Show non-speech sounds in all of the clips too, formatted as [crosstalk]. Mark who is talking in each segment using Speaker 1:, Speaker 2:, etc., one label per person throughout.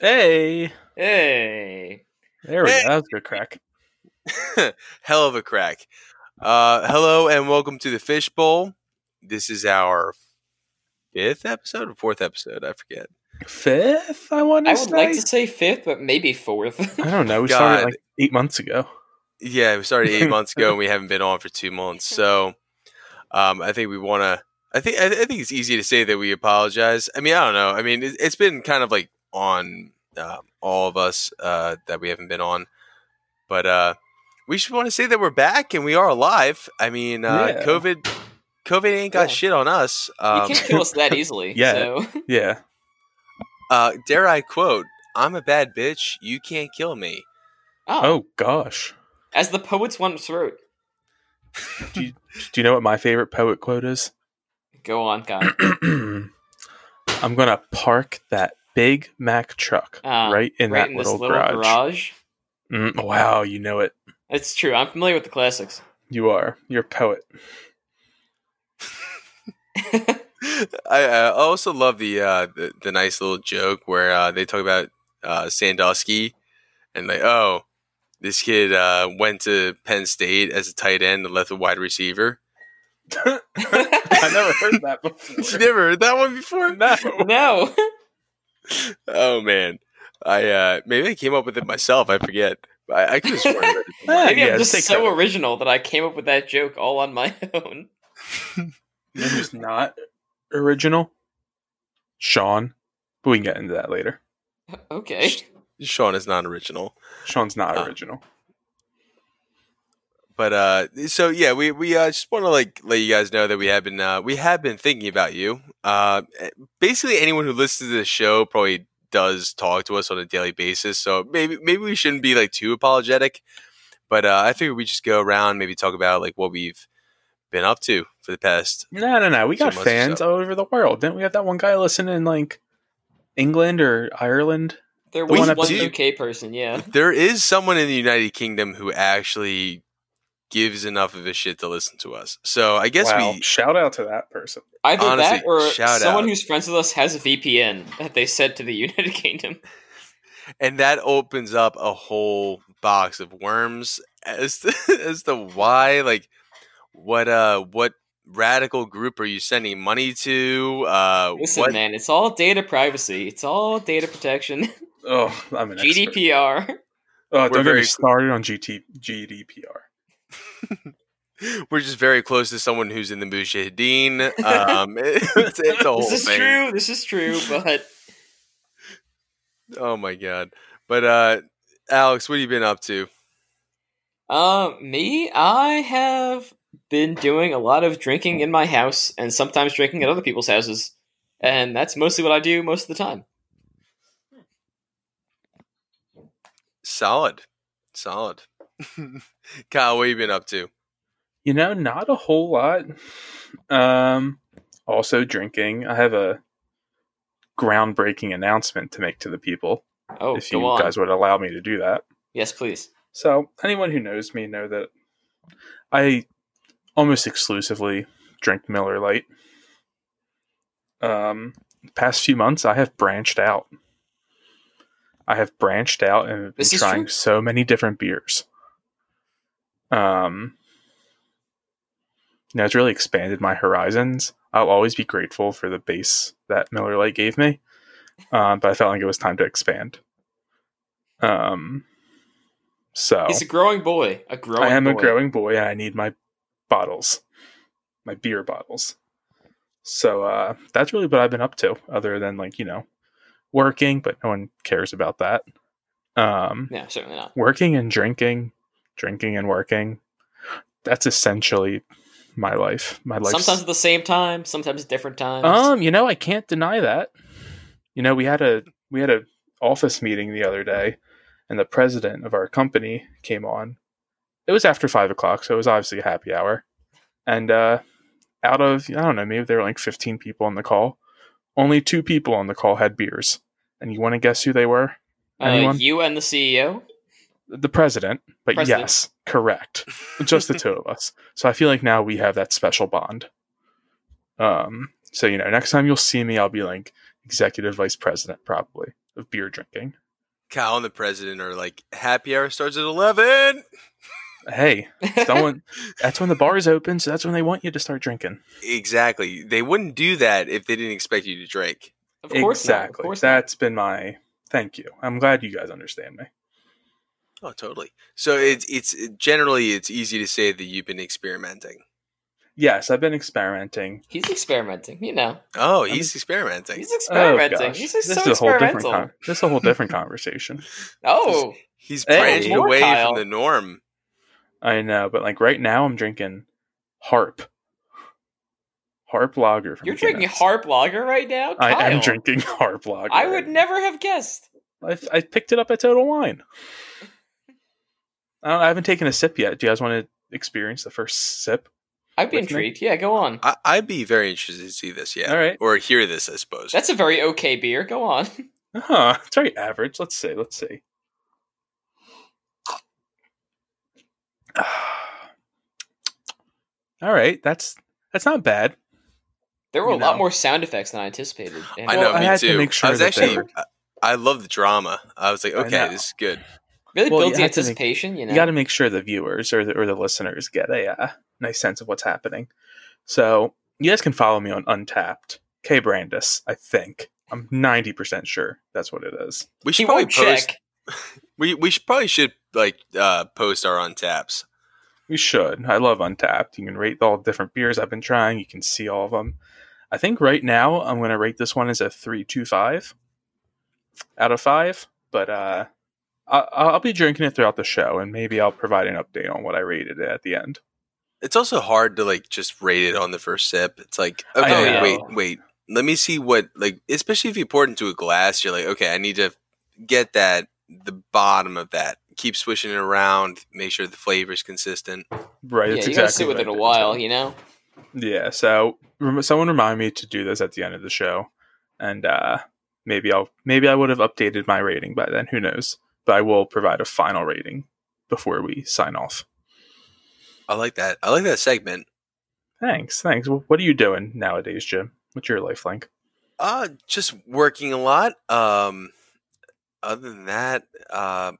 Speaker 1: Hey,
Speaker 2: Hey.
Speaker 1: there we
Speaker 3: Hey.
Speaker 1: go. That was a good crack.
Speaker 3: [laughs] Hell of a crack. Uh, hello and welcome to the Fishbowl. This is our fifth episode or fourth episode. I forget.
Speaker 1: Fifth, I want
Speaker 2: I
Speaker 1: to
Speaker 2: would
Speaker 1: say.
Speaker 2: like to say fifth, but
Speaker 1: [laughs]
Speaker 2: maybe fourth.
Speaker 1: I don't know. We
Speaker 3: God.
Speaker 1: started like eight months ago.
Speaker 3: Yeah, we started eight months
Speaker 2: [laughs]
Speaker 3: ago and we haven't been on for two months. So um, I think we want to. I think I, I think it's easy to say that we apologize. I mean, I don't know. I mean, it, it's been kind of like on um, all of us uh, that we haven't been on, but uh, we should want to say that we're back and we are alive. I mean, uh,
Speaker 1: Yeah.
Speaker 3: COVID, COVID ain't got
Speaker 2: Yeah.
Speaker 3: shit on us. Um,
Speaker 2: [laughs] you can't kill us that easily.
Speaker 1: [laughs] Yeah.
Speaker 2: So. [laughs]
Speaker 1: Yeah.
Speaker 3: uh, dare I quote? I'm a bad bitch. You can't kill me.
Speaker 2: Oh,
Speaker 1: Oh gosh.
Speaker 2: As the poets once wrote.
Speaker 1: Do you know what my favorite poet quote is? [clears throat]
Speaker 2: Go on, guy.
Speaker 1: I'm gonna park that Big Mac truck
Speaker 2: Ah,
Speaker 1: right [clears throat] in
Speaker 2: right
Speaker 1: that
Speaker 2: in this
Speaker 1: little,
Speaker 2: little
Speaker 1: garage.
Speaker 2: garage.
Speaker 1: Mm, wow, you know it.
Speaker 2: It's true. I'm familiar with
Speaker 1: [laughs]
Speaker 2: the classics. [laughs]
Speaker 1: You are. You're a poet. [laughs]
Speaker 3: [laughs] I, I also love the, uh, the the nice little joke where uh, they talk about uh, Sandusky and like, oh, this kid uh, went to Penn State as a tight end and left a wide receiver. [laughs]
Speaker 1: I never heard [laughs] that
Speaker 3: you
Speaker 1: before.
Speaker 3: never heard that one before?
Speaker 1: No. [laughs]
Speaker 2: no.
Speaker 3: Oh man, I uh, maybe I came up with it myself. I forget. I, I could have sworn. I read it somewhere.
Speaker 2: Maybe
Speaker 1: yeah,
Speaker 2: I'm just
Speaker 1: take
Speaker 2: so
Speaker 1: that.
Speaker 2: original that I came up with that joke all on my [laughs] own.
Speaker 1: Maybe it's not original. Sean. But we can get into that later.
Speaker 2: Okay.
Speaker 3: Sean is not original.
Speaker 1: Sean's not
Speaker 3: Ah.
Speaker 1: original.
Speaker 3: but uh so yeah we we uh, just want to like let you guys know that we have been uh we have been thinking about you uh basically anyone who listens to this show probably does talk to us on a daily basis so maybe maybe we shouldn't be like too apologetic but uh i figured we just go around maybe talk about like what we've been up to for the past
Speaker 1: No, no, no. We
Speaker 3: So
Speaker 1: got
Speaker 3: much is
Speaker 1: fans all over the world. Didn't we have that one guy listening in like England or Ireland?
Speaker 2: There
Speaker 1: The
Speaker 2: was
Speaker 1: one
Speaker 2: one,
Speaker 1: up to-
Speaker 2: UK
Speaker 1: [laughs]
Speaker 2: person, yeah.
Speaker 3: there is someone in the united kingdom who actually gives enough of a shit to listen to us so i guess
Speaker 1: wow.
Speaker 3: we
Speaker 1: Shout out to that person.
Speaker 2: Either
Speaker 3: Honestly,
Speaker 2: that or
Speaker 3: shout
Speaker 2: someone
Speaker 3: out.
Speaker 2: who's friends with us has a VPN that they sent to the [laughs] United Kingdom.
Speaker 3: and that opens up a whole box of worms as [laughs] to, as to why like what uh what radical group are you sending money to uh
Speaker 2: Listen,
Speaker 3: what
Speaker 2: man, it's all data privacy. It's all data protection.
Speaker 1: Oh, I'm an expert.
Speaker 2: [laughs] GDPR.
Speaker 1: Oh, don't get
Speaker 3: very
Speaker 1: me
Speaker 3: cl-
Speaker 1: started on GT- GDPR.
Speaker 3: [laughs] we're just very close to someone who's in the
Speaker 2: [laughs]
Speaker 3: mujahideen um [laughs] it's, it's a whole
Speaker 1: Oh,
Speaker 2: This is
Speaker 3: thing
Speaker 2: true. This is true. But
Speaker 3: oh my god but uh alex what have you been up to
Speaker 2: um, me, I have been doing a lot of drinking in my house and sometimes drinking at other people's houses, and that's mostly what I do most of the time.
Speaker 3: solid solid [laughs] kyle what have you been up to
Speaker 1: You know, not a whole lot. Um, also drinking. I have a groundbreaking announcement to make to the people.
Speaker 2: Oh,
Speaker 1: if you
Speaker 2: go on.
Speaker 1: guys would allow me to do that.
Speaker 2: Yes, please.
Speaker 1: So anyone who knows me know that I almost exclusively drink Miller Lite. Um, past few months, I have branched out. I have branched out and have been
Speaker 2: This is
Speaker 1: trying
Speaker 2: true.
Speaker 1: so many different beers. Um, you know, it's really expanded my horizons. I'll always be grateful for the base that Miller Lite gave me, um, but I felt like it was time to expand. Um, so
Speaker 2: He's a growing boy. A growing.
Speaker 1: I am a
Speaker 2: boy.
Speaker 1: growing boy and I need my bottles, my beer bottles. So uh, that's really what I've been up to, other than like, you know, working, but no one cares about that. Um,
Speaker 2: No, certainly not.
Speaker 1: working and drinking, drinking and working. That's essentially my life. My life.
Speaker 2: Sometimes at the same time. Sometimes at different times. Uh,
Speaker 1: Um, you know, I can't deny that. You know, we had a we had a office meeting the other day, and the president of our company came on. It was after five o'clock, so it was obviously a happy hour. And uh, out of I don't know, maybe there were like fifteen people on the call. Only two people on the call had beers, and you want to guess who they were?
Speaker 2: uh,
Speaker 1: anyone?
Speaker 2: you and the E CEO.
Speaker 1: The president. But
Speaker 2: President.
Speaker 1: yes, correct. Just the two of us. So I feel like now we have that special bond. Um, so you know, next time you'll see me, I'll be like executive vice president, probably. of beer drinking.
Speaker 3: Kyle and the president are like, happy hour starts at 11.
Speaker 1: Hey, someone that's when the bars open, so that's when they want you to start drinking.
Speaker 3: Exactly. They wouldn't do that if they didn't expect you to drink.
Speaker 2: [laughs] Of course
Speaker 1: exactly.
Speaker 2: not. Of course not.
Speaker 1: That's been my thank you. I'm glad you guys understand me.
Speaker 3: Oh, totally. So it's it's generally it's easy to say that you've been experimenting.
Speaker 1: Yes, I've been experimenting.
Speaker 2: He's experimenting. You know,
Speaker 3: Oh, he's experimenting.
Speaker 2: he's experimenting.
Speaker 1: Oh, gosh.
Speaker 2: He's
Speaker 1: this
Speaker 2: so
Speaker 1: is a whole different
Speaker 2: experimental.
Speaker 1: con- this is a whole different conversation.
Speaker 2: oh,
Speaker 3: He's
Speaker 1: Hey,
Speaker 3: branched
Speaker 2: more
Speaker 3: away
Speaker 2: Kyle.
Speaker 3: from the norm.
Speaker 1: I know, but like right now, I'm drinking Harp, Harp Lager. From
Speaker 2: you're drinking
Speaker 1: Guinness.
Speaker 2: Harp Lager right now. Kyle.
Speaker 1: I am drinking [laughs] Harp Lager.
Speaker 2: I would never have guessed.
Speaker 1: I, I picked it up at Total Wine. I, don't, I haven't taken a sip yet. Do you guys want to experience the first sip?
Speaker 2: I'd be
Speaker 1: With me?
Speaker 2: intrigued. Yeah, go on.
Speaker 3: I, I'd be very interested to see this, yeah,
Speaker 1: All right.
Speaker 3: or hear this, I suppose.
Speaker 2: That's a very okay beer. Go on. [laughs]
Speaker 1: Huh, Uh-huh, it's very average. Let's see. Let's see. [sighs] All right, that's that's not bad.
Speaker 2: There were
Speaker 1: You
Speaker 2: a lot
Speaker 1: know.
Speaker 2: more sound effects than I anticipated. And
Speaker 3: I know,
Speaker 1: Well, I
Speaker 3: me
Speaker 1: had to
Speaker 3: too.
Speaker 1: make sure
Speaker 3: I was
Speaker 1: that they
Speaker 3: actually,
Speaker 1: were-
Speaker 3: I, I love the drama. I was like,
Speaker 1: I
Speaker 3: okay,
Speaker 1: know.
Speaker 3: this is good.
Speaker 2: Really
Speaker 1: Well,
Speaker 2: built
Speaker 1: you
Speaker 2: the
Speaker 1: had to make-
Speaker 2: anticipation, you know.
Speaker 1: You got to make sure the viewers or the, or the listeners get a uh, nice sense of what's happening. So you guys can follow me on Untapped K Brandis. I think I'm ninety percent sure that's what it is.
Speaker 3: We should
Speaker 2: he
Speaker 3: probably
Speaker 2: won't
Speaker 3: post.
Speaker 2: check.
Speaker 3: We we should probably should like uh, post our on taps.
Speaker 1: You should. I love Untapped. You can rate all the different beers I've been trying. You can see all of them. I think right now I'm going to rate this one as a three two five out of five. But uh, I- I'll be drinking it throughout the show, and maybe I'll provide an update on what I rated it at the end.
Speaker 3: It's also hard to like just rate it on the first sip. It's like
Speaker 1: I
Speaker 3: okay,
Speaker 2: know.
Speaker 3: wait, wait. Let me see what like, especially if you pour it into a glass. You're like, okay, I need to get that the bottom of that. Keep swishing it around. Make sure the flavor is consistent.
Speaker 1: Right.
Speaker 2: Yeah,
Speaker 1: that's
Speaker 2: you
Speaker 1: exactly
Speaker 2: gotta sit with
Speaker 1: what
Speaker 2: it
Speaker 1: I
Speaker 2: a
Speaker 1: did.
Speaker 2: while,
Speaker 1: [laughs]
Speaker 2: you know.
Speaker 1: Yeah. So rem- someone remind me to do this at the end of the show, and uh, maybe I'll maybe I would have updated my rating by then. Who knows? But I will provide a final rating before we sign off.
Speaker 3: I like that. I like that segment.
Speaker 1: Thanks. Thanks. Well, what are you doing nowadays, Jim? What's your life like?
Speaker 3: Uh just working a lot. Um other than that, uh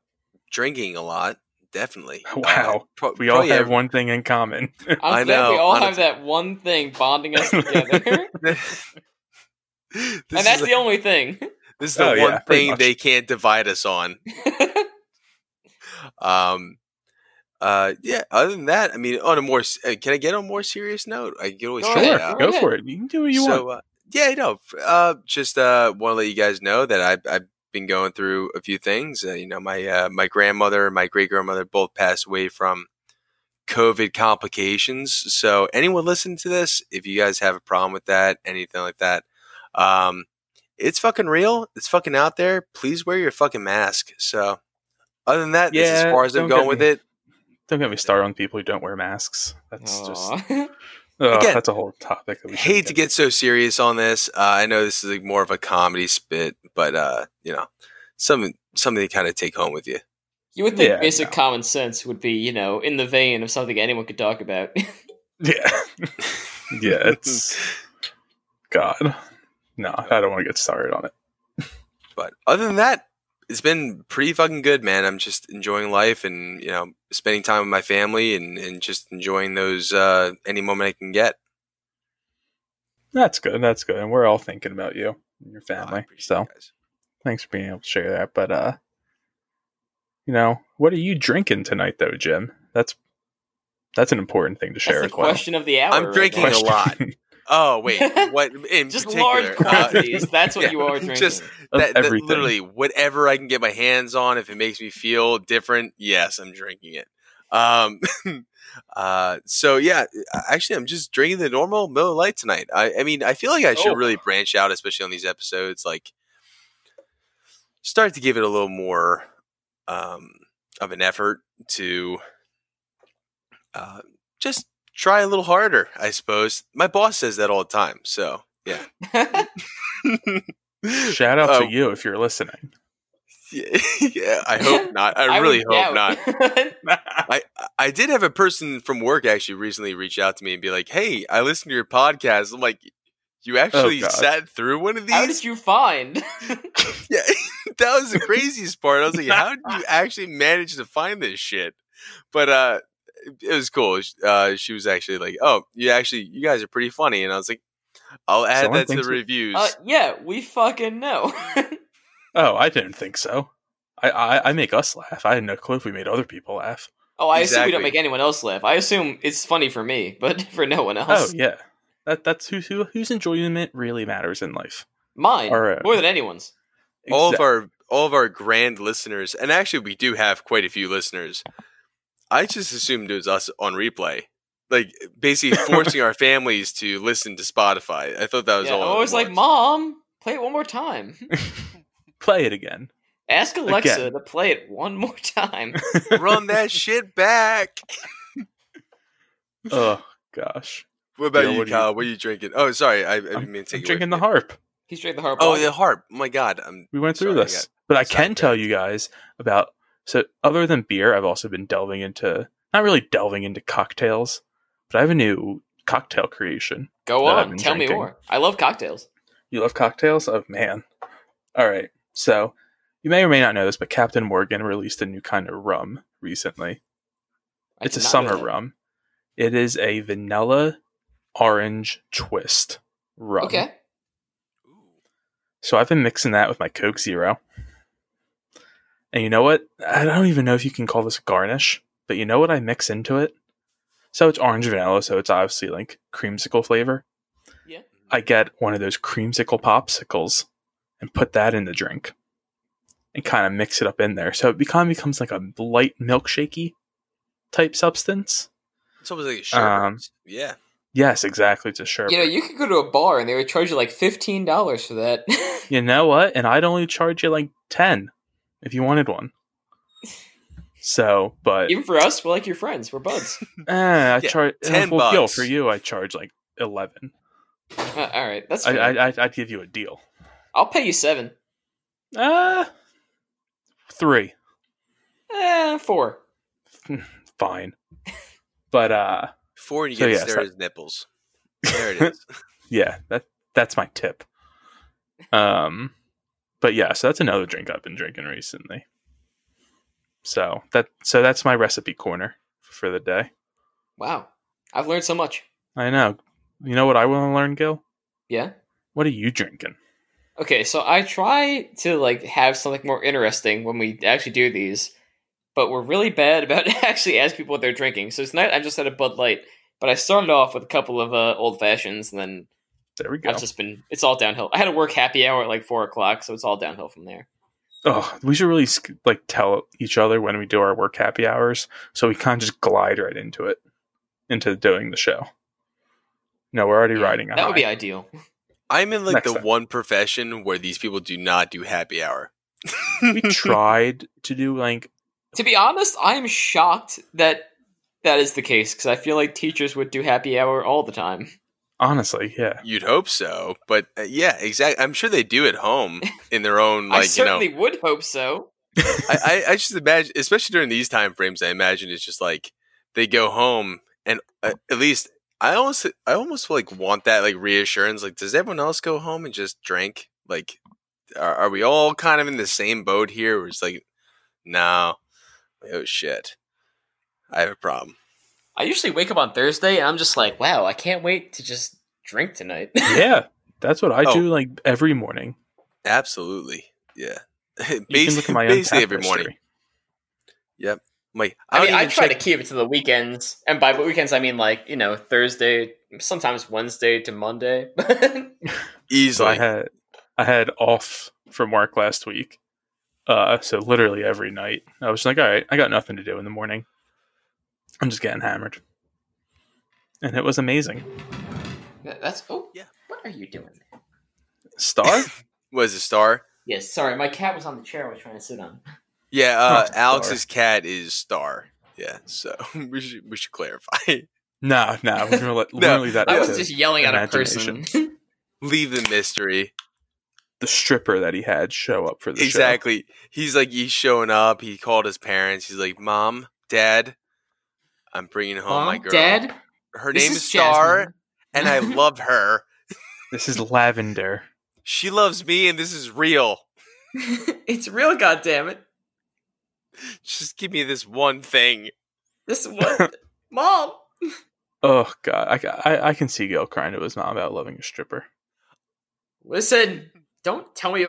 Speaker 3: drinking a lot,
Speaker 1: [laughs]
Speaker 3: definitely.
Speaker 1: Wow.
Speaker 3: Uh, pro-
Speaker 1: We all
Speaker 3: probably
Speaker 1: have one thing in common.
Speaker 2: I'm
Speaker 3: I
Speaker 2: glad we
Speaker 3: know,
Speaker 2: all have
Speaker 3: honestly.
Speaker 2: that one thing
Speaker 1: [laughs]
Speaker 2: bonding us together. [laughs] and
Speaker 3: every- [laughs] This is
Speaker 2: that's
Speaker 3: the,
Speaker 2: the
Speaker 1: [laughs]
Speaker 2: only thing. [laughs]
Speaker 3: this is the
Speaker 1: Oh, yeah,
Speaker 3: one
Speaker 1: pretty
Speaker 3: thing
Speaker 1: much.
Speaker 3: they can't divide us on. Um uh yeah, other than that, I mean on a more s- uh, can I get on a more serious note? I can always
Speaker 2: Go
Speaker 3: try
Speaker 2: ahead,
Speaker 3: it
Speaker 1: sure.
Speaker 3: out.
Speaker 1: Go for it. You can do what you
Speaker 3: Oh, so,
Speaker 1: want.
Speaker 3: Uh, yeah, I know. Uh, just uh, want to let you guys know that I, I've been going through a few things. Uh, you know, my uh, my grandmother and my great grandmother both passed away from COVID complications. So, anyone listening to this, if you guys have a problem with that, anything like that, um, it's fucking real. It's fucking out there. Please wear your fucking mask. So, other than that, that's as
Speaker 1: Yeah,
Speaker 3: far as I'm
Speaker 1: don't
Speaker 3: going
Speaker 1: get
Speaker 3: with
Speaker 1: me-
Speaker 3: it.
Speaker 1: Don't get me started on people who don't wear masks. That's just
Speaker 3: [laughs]
Speaker 2: Aw. [laughs]
Speaker 1: ugh,
Speaker 3: Again,
Speaker 1: that's a whole topic. That we shouldn't
Speaker 3: hate to get so serious on this. Uh, I know this is like more of a comedy spit, but uh, you know, some something to kind of take home with you.
Speaker 2: you would think
Speaker 1: Yeah,
Speaker 2: basic
Speaker 1: no.
Speaker 2: common sense would be, you know, in the vein of something anyone could talk about. [laughs]
Speaker 1: Yeah. [laughs] yeah, it's
Speaker 3: [laughs]
Speaker 1: God. No, I don't want to get started on it.
Speaker 3: But other than that, it's been pretty fucking good, man. I'm just enjoying life and you know, spending time with my family and and just enjoying those uh, any moment I can get.
Speaker 1: That's good. That's good. And we're all thinking about you and your
Speaker 3: Oh, I
Speaker 1: family.
Speaker 3: appreciate
Speaker 1: so
Speaker 3: you guys.
Speaker 1: thanks for being able to share that. But uh you know, what are you drinking tonight though, Jim? That's that's an important thing to
Speaker 2: That's
Speaker 1: share
Speaker 2: the
Speaker 1: as well.
Speaker 2: question of the hour.
Speaker 3: I'm
Speaker 2: right
Speaker 3: drinking
Speaker 2: now.
Speaker 3: a lot.
Speaker 2: [laughs]
Speaker 3: Oh wait, what in
Speaker 2: Just
Speaker 3: particular?
Speaker 2: large
Speaker 3: Uh,
Speaker 2: quantities. that's what
Speaker 3: yeah,
Speaker 2: you are
Speaker 3: just-
Speaker 2: drinking.
Speaker 1: [laughs]
Speaker 2: [laughs]
Speaker 1: Of
Speaker 3: that, that
Speaker 1: everything.
Speaker 3: literally whatever I can get my hands on, if it makes me feel different, yes, I'm drinking it. Um, [laughs] uh, so yeah, actually, I'm just drinking the normal Miller Lite tonight. I, I mean, I feel like I should
Speaker 1: Oh.
Speaker 3: really branch out, especially on these episodes. Like, start to give it a little more um, of an effort to uh, just try a little harder. I suppose my boss says that all the time. So
Speaker 1: [laughs]
Speaker 3: yeah.
Speaker 1: Shout out
Speaker 3: Oh.
Speaker 1: to you if you're
Speaker 3: [laughs]
Speaker 1: listening.
Speaker 3: Yeah, yeah, I hope not.
Speaker 2: [laughs]
Speaker 3: I, really
Speaker 2: would
Speaker 3: hope not.
Speaker 2: doubt.
Speaker 3: I I did have a person from work actually recently reach out to me and be like, "Hey, I listened to your podcast." I'm like, You actually
Speaker 1: God.
Speaker 3: sat through one of
Speaker 2: How
Speaker 3: these?
Speaker 2: did you find? [laughs] Uh,
Speaker 3: [laughs] yeah, that was the craziest part. I was like, how did you actually manage to find this shit? But uh, it was cool. Sh- Uh, she was actually like, oh, you actually, you guys are pretty funny. And I was like, I'll add
Speaker 1: Someone
Speaker 3: that to the
Speaker 1: thinks it-
Speaker 3: reviews.
Speaker 2: uh, yeah, we fucking know. [laughs]
Speaker 1: Oh, I didn't think so. I, I I make us laugh. I had no clue if we made other people laugh.
Speaker 2: oh, I assume we
Speaker 3: Exactly.
Speaker 2: don't make anyone else laugh. I assume it's funny for me, but [laughs] for no one
Speaker 1: Oh
Speaker 2: else.
Speaker 1: yeah, that that's who, who whose enjoyment really matters in life.
Speaker 2: Mine
Speaker 1: All right.
Speaker 2: more than anyone's.
Speaker 3: all
Speaker 1: Exact-
Speaker 3: of our all of our grand listeners, and actually we do have quite a few listeners. I just assumed it was us on replay, like
Speaker 1: [laughs]
Speaker 3: basically forcing our families to listen to Spotify. I thought that was
Speaker 2: Yeah,
Speaker 3: all.
Speaker 2: I
Speaker 3: it
Speaker 2: was like,
Speaker 3: was.
Speaker 2: Mom, play it one more time.
Speaker 1: play it
Speaker 3: [laughs]
Speaker 1: again.
Speaker 2: Ask Alexa
Speaker 1: Again.
Speaker 2: to play it one more [laughs] time.
Speaker 3: run that
Speaker 1: [laughs]
Speaker 3: shit back.
Speaker 1: Oh gosh,
Speaker 3: What about
Speaker 1: Yeah,
Speaker 3: you,
Speaker 1: what do you-
Speaker 3: Kyle? what are you drinking? Oh, sorry, I, I didn't
Speaker 1: I'm-
Speaker 3: mean to take
Speaker 1: I'm
Speaker 3: it away
Speaker 1: drinking
Speaker 3: from
Speaker 1: the
Speaker 3: you.
Speaker 1: harp.
Speaker 2: He's drinking the harp.
Speaker 3: Oh,
Speaker 2: wine.
Speaker 3: the harp! Oh my god, I'm
Speaker 1: We went through
Speaker 3: Sorry, I
Speaker 1: this,
Speaker 3: got
Speaker 1: but I can
Speaker 3: sidetracked.
Speaker 1: tell you guys about. So other than beer, I've also been delving into not really delving into cocktails, but I have a new cocktail creation.
Speaker 2: Go
Speaker 1: that I've
Speaker 2: on,
Speaker 1: been
Speaker 2: tell me
Speaker 1: drinking.
Speaker 2: more. I love cocktails.
Speaker 1: You love cocktails? Oh man. All right. So you may or may not know this, but Captain Morgan released a new kind of rum recently.
Speaker 2: I
Speaker 1: it's a
Speaker 2: did not know
Speaker 1: summer
Speaker 2: that.
Speaker 1: rum. It is a vanilla orange twist rum.
Speaker 2: Okay.
Speaker 1: So I've been mixing that with my Coke Zero. And you know what? I don't even know if you can call this a garnish, but you know what I mix into it? So it's orange vanilla, so it's obviously like creamsicle flavor.
Speaker 2: Yeah.
Speaker 1: I get one of those creamsicle popsicles and put that in the drink and kind of mix it up in there. So it become, becomes like a light milkshakey type substance.
Speaker 3: it's almost like a sherbet.
Speaker 1: Um,
Speaker 3: yeah,
Speaker 1: Yes, exactly. It's a sherbet.
Speaker 2: You know, you could go to a bar and they would charge you like fifteen dollars for that. [laughs]
Speaker 1: You know what? And I'd only charge you like ten if you wanted one. So, but
Speaker 2: Even for us, we're like your friends. We're
Speaker 1: [laughs]
Speaker 2: buds.
Speaker 1: eh, I
Speaker 3: Yeah,
Speaker 1: charge
Speaker 3: 10
Speaker 1: well, yo,
Speaker 3: bucks.
Speaker 1: for you, I charge like eleven.
Speaker 2: Uh, all right, that's
Speaker 1: I,
Speaker 2: fair.
Speaker 1: I, I I'd give you a deal.
Speaker 2: I'll pay you seven.
Speaker 1: Uh three.
Speaker 2: Eh, four.
Speaker 1: Fine. But uh,
Speaker 3: four and you
Speaker 1: so
Speaker 3: get to
Speaker 1: yeah,
Speaker 3: stare
Speaker 1: so-
Speaker 3: at his nipples. There
Speaker 1: [laughs]
Speaker 3: it is.
Speaker 1: yeah, that that's my tip. Um, but yeah, so that's another drink I've been drinking recently. So that so that's my recipe corner for the day.
Speaker 2: Wow, I've learned so much.
Speaker 1: I know. You know what I want to learn, Gil?
Speaker 2: Yeah.
Speaker 1: What are you drinking?
Speaker 2: Okay, so I try to like have something more interesting when we actually do these, but we're really bad [laughs] about actually asking people what they're drinking. So tonight I just had a Bud Light, but I started off with a couple of uh, old fashions, and then
Speaker 1: There we go.
Speaker 2: I've just been it's all downhill. I had to work happy hour at like four o'clock, so it's all downhill from there.
Speaker 1: oh, we should really sk- like tell each other when we do our work happy hours, so we kind of just glide right into it, into doing the show. No, we're already riding. A
Speaker 2: That would be
Speaker 1: high.
Speaker 2: ideal.
Speaker 3: I'm in like
Speaker 1: Next
Speaker 3: the
Speaker 1: time.
Speaker 3: one profession where these people do not do happy hour.
Speaker 1: [laughs] we tried to do like
Speaker 2: To be honest, I'm shocked that that is the case because I feel like teachers would do happy hour all the time.
Speaker 1: honestly, yeah.
Speaker 3: You'd hope so, but uh, yeah, exactly. I'm sure they do
Speaker 2: [laughs]
Speaker 3: at home in their own
Speaker 2: I
Speaker 3: like you know.
Speaker 2: certainly would hope so.
Speaker 3: I,
Speaker 2: [laughs]
Speaker 3: I, I just imagine, especially during these time frames, I imagine it's just like they go home and uh, at least I almost I almost like want that like reassurance. Like, does everyone else go home and just drink? Like, are, are we all kind of in the same boat here? Where it's like, no, oh shit, I have a problem.
Speaker 2: I usually wake up on Thursday and I'm just like, wow, I can't wait to just drink tonight. [laughs]
Speaker 1: yeah, that's what I
Speaker 3: Oh.
Speaker 1: do like every morning.
Speaker 3: Absolutely, yeah. [laughs] basically,
Speaker 1: You can look at my own
Speaker 3: basically
Speaker 1: tap
Speaker 3: every morning.
Speaker 1: history.
Speaker 3: I'm like, I,
Speaker 2: I
Speaker 3: don't
Speaker 2: mean, I
Speaker 3: even
Speaker 2: try
Speaker 3: check-
Speaker 2: to keep it to the weekends, and by weekends I mean like you know Thursday, sometimes Wednesday to Monday. [laughs]
Speaker 1: So I
Speaker 3: easily.
Speaker 1: had I had off from work last week. Uh, so literally every night, I was like, "All right, I got nothing to do in the morning. I'm just getting hammered," and it was amazing.
Speaker 2: That's oh
Speaker 3: Yeah.
Speaker 2: What are you doing?
Speaker 1: Star,
Speaker 2: [laughs]
Speaker 3: Was a star.
Speaker 2: Yes, sorry, my cat was on the chair I was trying to sit on.
Speaker 3: Yeah, uh,
Speaker 1: Not Star.
Speaker 3: Alex's cat is Star. Yeah, so [laughs] we should we should clarify. [laughs]
Speaker 1: no, no, we're gonna let, we're
Speaker 3: No,
Speaker 1: gonna leave that.
Speaker 2: I
Speaker 1: up to
Speaker 2: was just yelling at a person.
Speaker 1: imagination.
Speaker 2: [laughs]
Speaker 3: Leave the mystery.
Speaker 1: the stripper that he had show up for the show.
Speaker 3: Exactly. He's like he's showing up. He called his parents. He's like, "Mom, Dad, I'm bringing home Oh my
Speaker 2: Mom,
Speaker 3: girl.
Speaker 2: Dad,
Speaker 3: her
Speaker 2: this
Speaker 3: name
Speaker 2: is
Speaker 3: is Star,
Speaker 2: [laughs] Jasmine.
Speaker 3: and I love her."
Speaker 1: This is lavender.
Speaker 3: She loves me, and this is real.
Speaker 2: [laughs] it's real, goddammit.
Speaker 3: Just give me this one thing.
Speaker 2: This was mom.
Speaker 1: Oh god, I, I, I can see Gil crying to his mom about loving a stripper.
Speaker 2: Listen, don't tell me